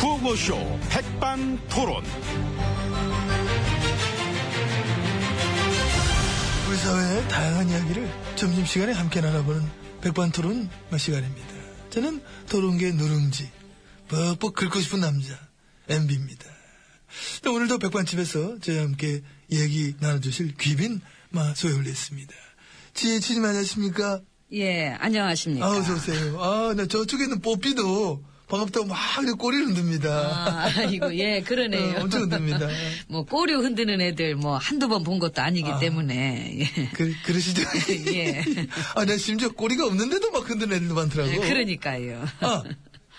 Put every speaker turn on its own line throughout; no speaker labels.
라디오쇼 백반토론.
우리 사회의 다양한 이야기를 점심시간에 함께 나눠보는 백반토론 시간입니다. 저는 토론계 누룽지, 뻑뻑 긁고 싶은 남자, MB입니다. 오늘도 백반집에서 저희와 함께 얘기 나눠주실 귀빈 마 소유올렸습니다. 지혜치님 안녕하십니까?
예, 안녕하십니까.
아, 어서오세요. 아, 나 저쪽에 있는 뽀삐도 반갑다고 막 이렇게 꼬리를 흔듭니다.
아, 이거 예, 그러네요.
어, 엄청 흔듭니다.
뭐 꼬리 흔드는 애들 뭐 한두 번 본 것도 아니기
아.
때문에. 예.
그, 그러시죠?
예.
아, 나 심지어 꼬리가 없는데도 막 흔드는 애들도 많더라고.
예, 그러니까요.
아,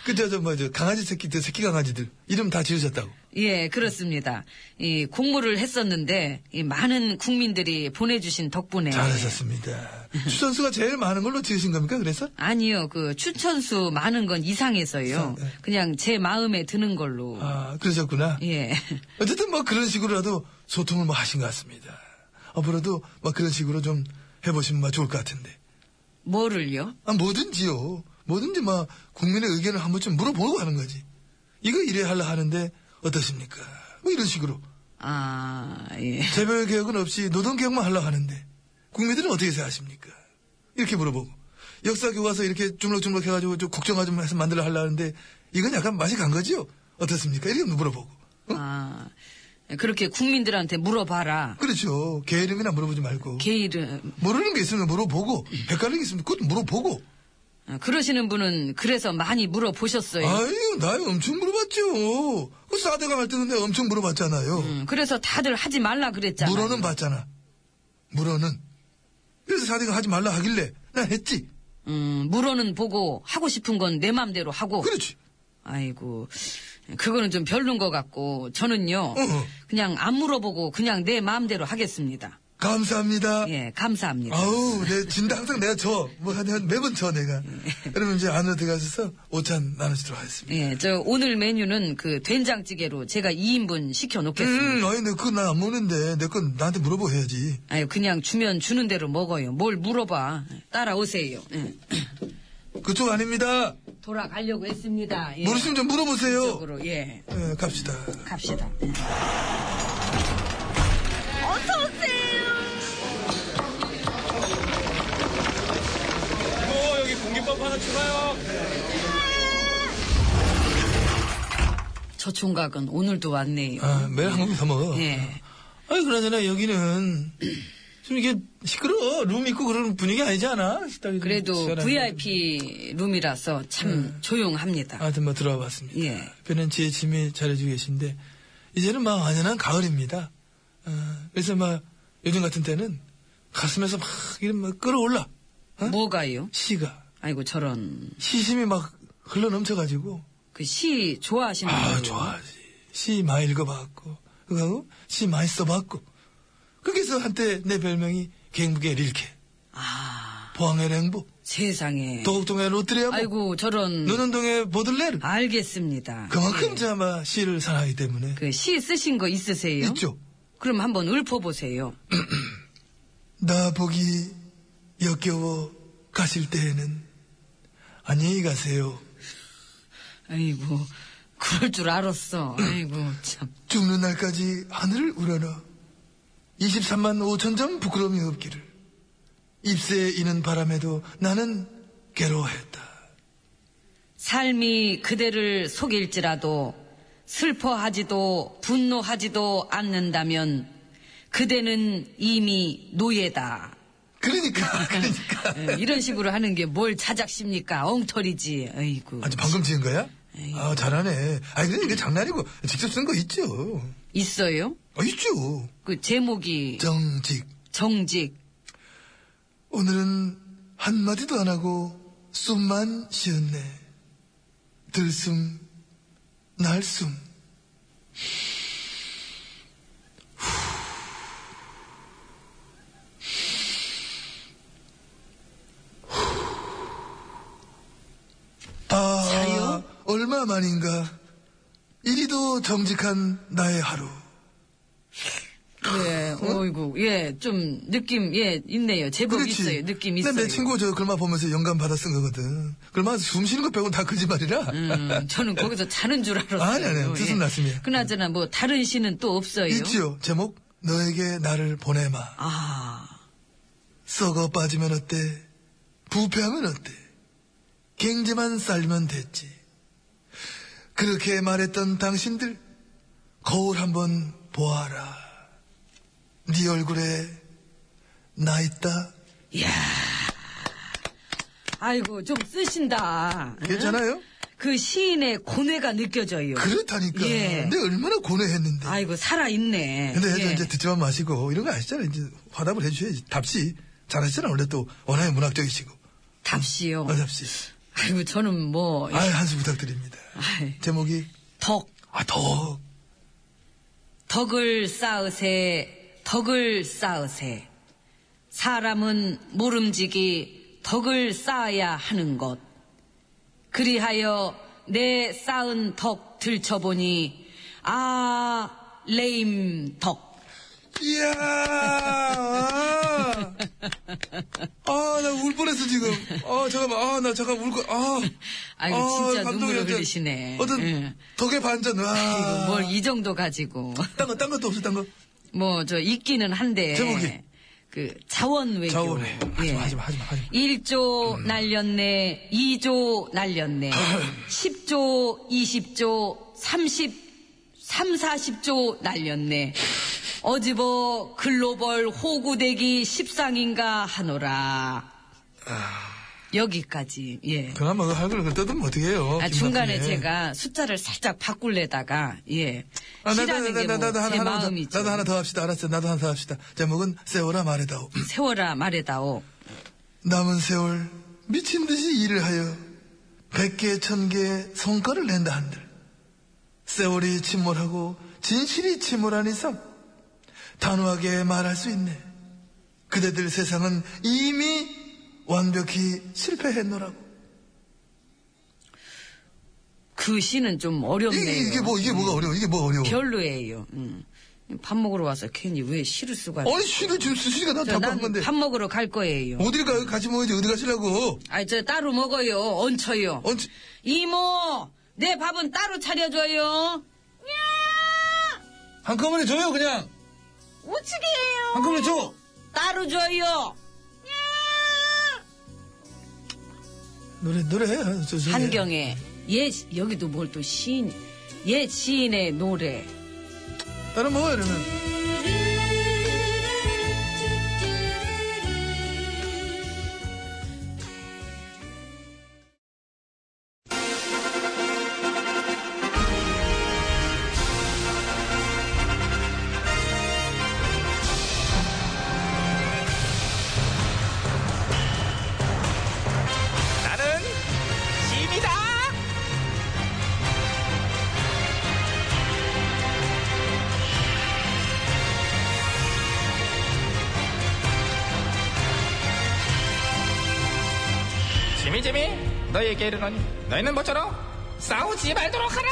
그저 저 뭐죠 강아지 새끼 저 새끼 강아지들 이름 다 지으셨다고.
예, 그렇습니다. 이 공모를 했었는데 이 많은 국민들이 보내주신 덕분에
잘하셨습니다. 추천수가 제일 많은 걸로 지으신 겁니까? 그래서?
아니요, 그 추천수 많은 건 이상해서요.
이상, 네.
그냥 제 마음에 드는 걸로.
아, 그러셨구나.
예.
어쨌든 뭐 그런 식으로라도 소통을 뭐 하신 것 같습니다. 앞으로도 막 그런 식으로 좀 해보시면 막 좋을 것 같은데.
뭐를요?
아, 뭐든지요. 뭐든지 막 국민의 의견을 한 번쯤 물어보고 하는 거지. 이거 이래 하려 하는데 어떠십니까? 뭐 이런 식으로.
아, 예.
재벌 개혁은 없이 노동 개혁만 하려고 하는데 국민들은 어떻게 생각하십니까? 이렇게 물어보고 역사 교과서 이렇게 주물럭주물럭 해가지고 좀 국정화 좀 해서 만들려 하려고 하는데 이건 약간 맛이 간 거지요? 어떻습니까? 이렇게 물어보고
아, 그렇게 국민들한테 물어봐라.
그렇죠 개 이름이나 물어보지 말고
개 이름.
모르는 게 있으면 물어보고 헷갈리는 게 있으면 그것도 물어보고
아, 그러시는 분은 그래서 많이 물어보셨어요.
아유 나요 엄청 물어봤죠 그 사대강 할 때는 내가 엄청 물어봤잖아요
음, 그래서 다들 하지 말라 그랬잖아요.
물어는 봤잖아 물어는 그래서 사대강 하지 말라 하길래 난 했지
음, 물어는 보고 하고 싶은 건 내 맘대로 하고.
그렇지
아이고, 그거는 좀 별론 것 같고 저는요.
어허.
그냥 안 물어보고 그냥 내 마음대로 하겠습니다.
감사합니다
예, 감사합니다.
아우, 내 진다 항상 내가 져. 뭐, 한, 한 매번 져, 내가.
네.
여러분, 이제 안으로 들어가셔서 오찬 나누시도록 하겠습니다.
예, 저 오늘 메뉴는 그 된장찌개로 제가 2인분 시켜놓겠습니다.
음, 아니, 내 그건 난안 먹는데, 내 건 나한테 물어보고 해야지.
아유, 그냥 주면 주는 대로 먹어요. 뭘 물어봐. 따라오세요. 예.
그쪽 아닙니다.
돌아가려고 했습니다. 예.
모르시면 좀 물어보세요.
쪽으로, 예.
예, 갑시다.
갑시다. 네.
어, 여기 공깃밥 하나 추가요.
저 총각은 오늘도 왔네요.
아, 매일 한국에서 먹어.
예.
아니, 그러잖아, 여기는. 좀 이게 시끄러워. 룸 있고 그런 분위기 아니지 않아? 식당이 네. 좀
그래도
시원하게.
VIP 룸이라서 참 조용합니다.
하여튼 뭐 들어와 봤습니다.
예.
옆에는 지혜침이 잘해주고 계신데 이제는 막 완연한 가을입니다. 어, 그래서 막 요즘 같은 때는 가슴에서 막 이런 막 끌어올라 어?
뭐가요?
시가
아이고 저런
시심이 막 흘러 넘쳐가지고
그 시 좋아하시는
아
분이요?
좋아하지 시 많이 읽어봤고 그거하고 시 많이 써봤고 거기서 한때 내 별명이 갱북의 릴케
아,
포항의 랭보
세상에.
도곡동의 네. 로트리아보
아이고 저런
네? 노는동의 보들레르
알겠습니다.
그만큼 자마 시를 사랑하기 때문에
그 시 쓰신 거 있으세요?
있죠
그럼 한번 읊어보세요.
나 보기 역겨워 가실 때에는 안녕히 가세요.
아이고 그럴 줄 알았어. 아이고 참.
죽는 날까지 하늘을 우러러 23만 5천 점 부끄러움이 없기를 입새에 이는 바람에도 나는 괴로워했다.
삶이 그대를 속일지라도 슬퍼하지도 분노하지도 않는다면 그대는 이미 노예다.
그러니까 그러니까
예, 이런 식으로 하는 게 뭘 자작십니까? 엉터리지. 아이고.
아니 방금 지은 거야? 아 잘하네. 아니 근데 이게 장난이고 직접 쓴 거 있죠.
있어요?
아, 있죠.
그 제목이
정직
정직.
오늘은 한마디도 안 하고 숨만 쉬었네. 들숨, 날숨. 후. 후. 아,
자요?
얼마 만인가. 이리도 정직한 나의 하루.
예,
응?
어이구, 예, 좀, 느낌, 예, 있네요. 제법 있어요. 느낌
근데
있어요.
내 네, 친구 저 글마 보면서 영감 받아 쓴 거거든. 글마 숨 쉬는 거 빼고는 다 거짓말이라.
음, 저는 거기서 자는 줄 알았어요. 예.
아니, 네, 아니, 뜻은 났습니다.
그나저나 뭐 다른 시는 또 없어요.
있지요. 제목 너에게 나를 보내마.
아,
썩어 빠지면 어때? 부패하면 어때? 갱제만 삶으면 됐지. 그렇게 말했던 당신들 거울 한번 보아라. 네 얼굴에 나 있다.
아이고 좀 쓰신다. 응?
괜찮아요?
그 시인의 고뇌가 느껴져요.
그렇다니까.
예.
근데 얼마나 고뇌했는데.
아이고 살아 있네. 예.
근데 해도 이제 듣지만 마시고 이런 거 아시잖아요. 이제 화답을 해주셔야지. 답시 잘하시잖아. 원래 또 워낙에 문학적이시고.
답시요.
어, 답시.
아이고 저는 뭐
아 한수 부탁드립니다.
아이.
제목이
덕.
아 덕.
덕을 쌓으세, 덕을 쌓으세. 사람은 모름지기 덕을 쌓아야 하는 것. 그리하여 내 쌓은 덕 들춰보니, 아, 레임 덕.
이야. 아, 아, 나 울 뻔했어, 지금. 아, 잠깐만. 아, 나 잠깐 울고, 아.
아이고, 진짜 눈물을
완전.
흘리시네.
어떤,
예.
덕의 반전, 와.
아이고, 뭘 이 정도 가지고.
딴 거, 딴 것도 없어, 딴 거.
뭐, 저, 있기는 한데.
제목이?
그, 자원외교. 예.
자원 외교. 하지마, 하지마, 하지마, 하지마.
1조 날렸네, 2조 날렸네, 10조, 20조, 30, 3, 40조 날렸네. 어지버 글로벌 호구대기 십상인가 하노라. 여기까지, 예.
그나마 그 할걸 그 뜯으면 어떡해요.
아,
김
중간에
박사님.
제가 숫자를 살짝 바꿀래다가, 예.
아, 나, 나,
싫어하는
나, 나, 나, 나,
게뭐제
하나, 하나,
마음이죠.
나도 하나 더 합시다. 알았어요. 나도 하나 더 합시다. 제목은 세월아 말해다오.
세워라 말해다오.
남은 세월 미친 듯이 일을 하여 백 개, 천 개 성과를 낸다 한들 세월이 침몰하고 진실이 침몰한 이상 단호하게 말할 수 있네. 그대들 세상은 이미 완벽히 실패했노라고.
그 시는 좀 어렵네요.
이게, 이게 뭐 이게 뭐가 어려워? 이게 뭐 어려워?
별로예요. 음. 밥 먹으러 와서 괜히 왜 시를 쓰고
아니 시를 지금 쓰시니까 난 답한 건데
난밥 먹으러 갈 거예요.
어딜 가요? 같이 먹어야지 어디 가시려고?
아니 저 따로 먹어요. 얹혀요.
언제
이모 내 밥은 따로 차려줘요.
한꺼번에 줘요 그냥
우측이에요.
한꺼번에 줘.
따로 줘요.
노래 노래 저, 저,
한경의 예 시- 여기도 뭘 또 시인 예 시인의 노래.
따로 먹어 이러면.
나는 짐이다. 짐이 짐이 너에게 이르노니 너희는 모쪼록 싸우지 말도록 하라.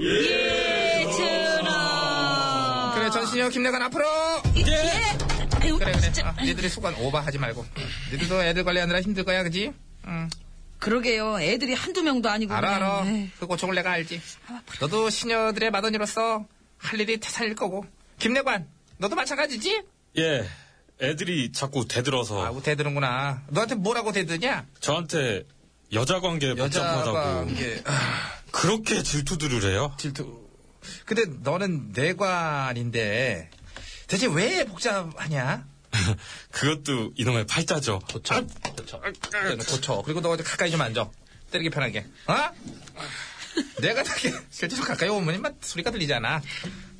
예, 예준아.
그래 전신여 김내관 앞으로.
예. 아유,
그래 그래.
진짜.
어, 니들이 수건 오버하지 말고. 니들도 애들 관리하느라 힘들 거야 그지? 응.
그러게요. 애들이 한두 명도 아니고.
알아
그냥, 예.
알아
에이.
그 고충을 내가 알지
아,
너도 시녀들의 마더니로서 할 일이 태산일 거고 김내관 너도 마찬가지지?
예, 애들이 자꾸 대들어서
아우 대드는구나 너한테 뭐라고 대드냐?
저한테 여자 관계
여자가
복잡하다고
이게
그렇게 질투들을 해요?
질투 근데 너는 내관인데 대체 왜 복잡하냐?
그것도 이놈의 팔자죠. 아,
고쳐 그리고 너 가까이 좀 앉아 때리기 편하게 어? 내가 나게 실제로 가까이 오면 막 소리가 들리잖아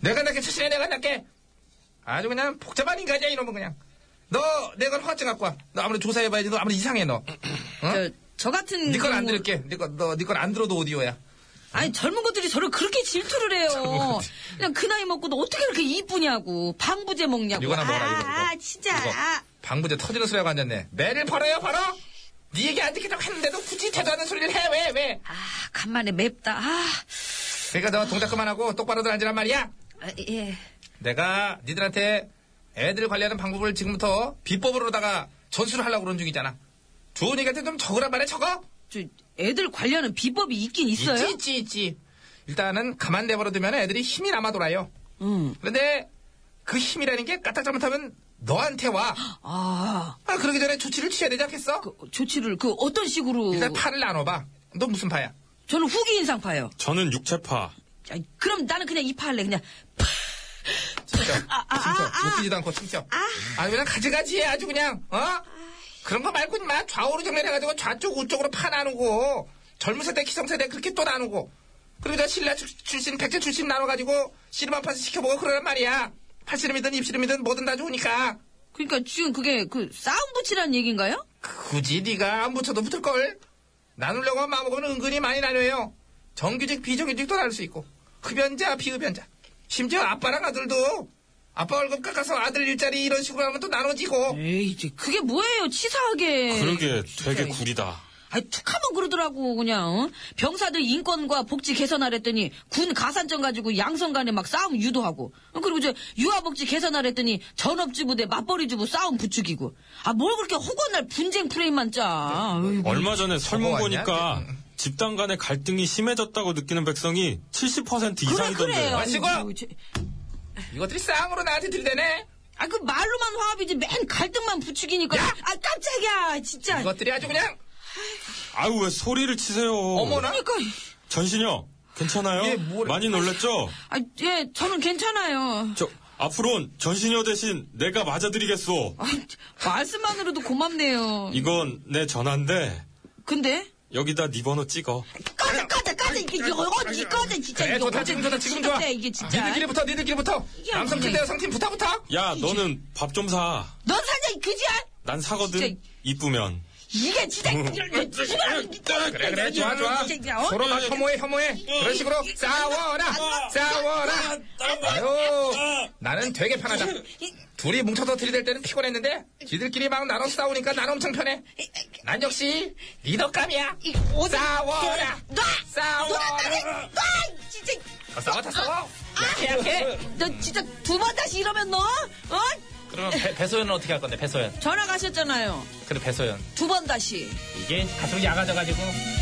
내가 나게 출신해 내가 나게 아주 그냥 복잡한 인간이야 이놈은 그냥 너 내가 허가증 갖고 와너 아무리 조사해봐야지 너 아무리 이상해 너
저, 저 같은
니 어? 네 건
경우-
안 들을게 니건너니건안 들어도 오디오야
아니 젊은 것들이 저를 그렇게 질투를 해요. 그냥 그 나이 먹고도 어떻게 이렇게 이쁘냐고 방부제 먹냐고.
이거나 먹어라,
아,
이거, 이거.
아, 진짜.
이거.
아,
방부제 터지는 소리 하고 앉았네 매를 벌어요 벌어 니 얘기 안 듣겠다고 했는데도 굳이 대단한 소리를 해 왜 왜?
아, 간만에 맵다. 아,
그러니까 너 동작 그만하고 똑바로들 앉으란 말이야
아, 예.
내가 니들한테 애들 관리하는 방법을 지금부터 비법으로다가 전수를 하려고 그런 중이잖아. 좋은 얘기한테 좀 적으란 말해, 적어!
저 애들 관리하는 비법이 있긴 있어요?
있지, 있지, 있지. 일단은 가만 내버려두면 애들이 힘이 남아 돌아요.
음.
그런데 그 힘이라는 게 까딱 잘못하면 너한테 와.
아,
아, 그러기 전에 조치를 취해야 되지 않겠어?
그 조치를 그 어떤 식으로?
일단 파를 나눠봐. 너 무슨 파야?
저는 후기 인상 파요.
저는 육체파.
자, 그럼 나는 그냥 이 파할래. 그냥 아,
진짜. 진짜. 웃기지도 않고, 진짜. 아, 주 그냥 가지가지해, 아주 그냥. 어? 그런 거 말고, 마 좌우로 정렬해가지고 좌쪽, 우쪽으로 파 나누고, 젊은 세대, 기성세대 그렇게 또 나누고, 그리고 저 신라 출- 출신, 백제 출신 나눠가지고, 씨름한 판서 시켜보고 그러란 말이야. 팔씨름이든 입씨름이든 뭐든 다 좋으니까.
그러니까 지금 그게 그 싸움 붙이라는 얘기인가요?
굳이 네가 안 붙여도 붙을걸. 나누려고 마음먹으면 은근히 많이 나뉘어요. 정규직, 비정규직도 나눌 수 있고. 흡연자, 비흡연자. 심지어 아빠랑 아들도 아빠 월급 깎아서 아들 일자리 이런 식으로 하면 또 나눠지고.
에이, 이제 그게 뭐예요? 치사하게.
그러게
네, 진짜.
되게 구리다.
아니, 툭하면 그러더라고, 그냥. 어? 병사들 인권과 복지 개선하랬더니 군 가산점 가지고 양성 간에 막 싸움 유도하고. 어, 그리고 저 유아복지 개선하랬더니 전업주부대 맞벌이주부 싸움 부추기고. 아, 뭘 그렇게 허구날 분쟁 프레임만 짜.
네.
어이구.
얼마 전에 설문
저거 아니야?
보니까 집단 간의 갈등이 심해졌다고 느끼는 백성이 70%
그래, 그래요.
이상이던데요.
마시고!
아이고, 제-
이것들이 쌍으로 나한테 들대네.
아, 그 말로만 화합이지 맨 갈등만 부추기니까. 아, 깜짝이야, 진짜.
이것들이 아주 그냥
아유 왜 소리를 치세요?
어머나.
그러니까,
전신여 괜찮아요?
예,
뭐
뭘-
많이 놀랬죠?
아, 예, 저는 괜찮아요.
저 앞으로는 전신여 대신 내가 맞아드리겠소.
아, 말씀만으로도 고맙네요.
이건 내 전화인데
근데
여기다 네 번호 찍어.
꺼져 꺼져 꺼져 이게 이거 어디 꺼져 진짜
그래,
이거
네, 좋다,
어제
지금 좋다, 지금 좋아.
시끄럽다, 이게 진짜
니들끼리 붙어, 니들끼리 붙어.
이게
남성팀
뭔데?
대 여성팀 붙어, 붙어.
야
이게-
너는 밥 좀 사.
넌 사장 그지야
난 사거든.
진짜-
이쁘면.
이게 진짜 이런 거 지랄.
음. 그래, 그래, 좋아, 좋아.
진짜, 어?
서로 다 혐오해, 혐오해. 그런 식으로 싸워라, 싸워라. 아유, 나는 되게 편하다. 둘이 뭉쳐서 들이댈 때는 피곤했는데, 지들끼리 막 나눠 싸우니까 난 엄청 편해. 난 역시 리더감이야. 싸워라,
놔!
싸워라.
놔! 진짜
아, 싸워, 다 싸워. 약해, 약해.
너 진짜 두 번 다시 이러면 너 어?
그러면 배, 배소연은 어떻게 할 건데 배소연
전화 가셨잖아요
그래 배소연
두 번 다시
이게 가수로 야가져가지고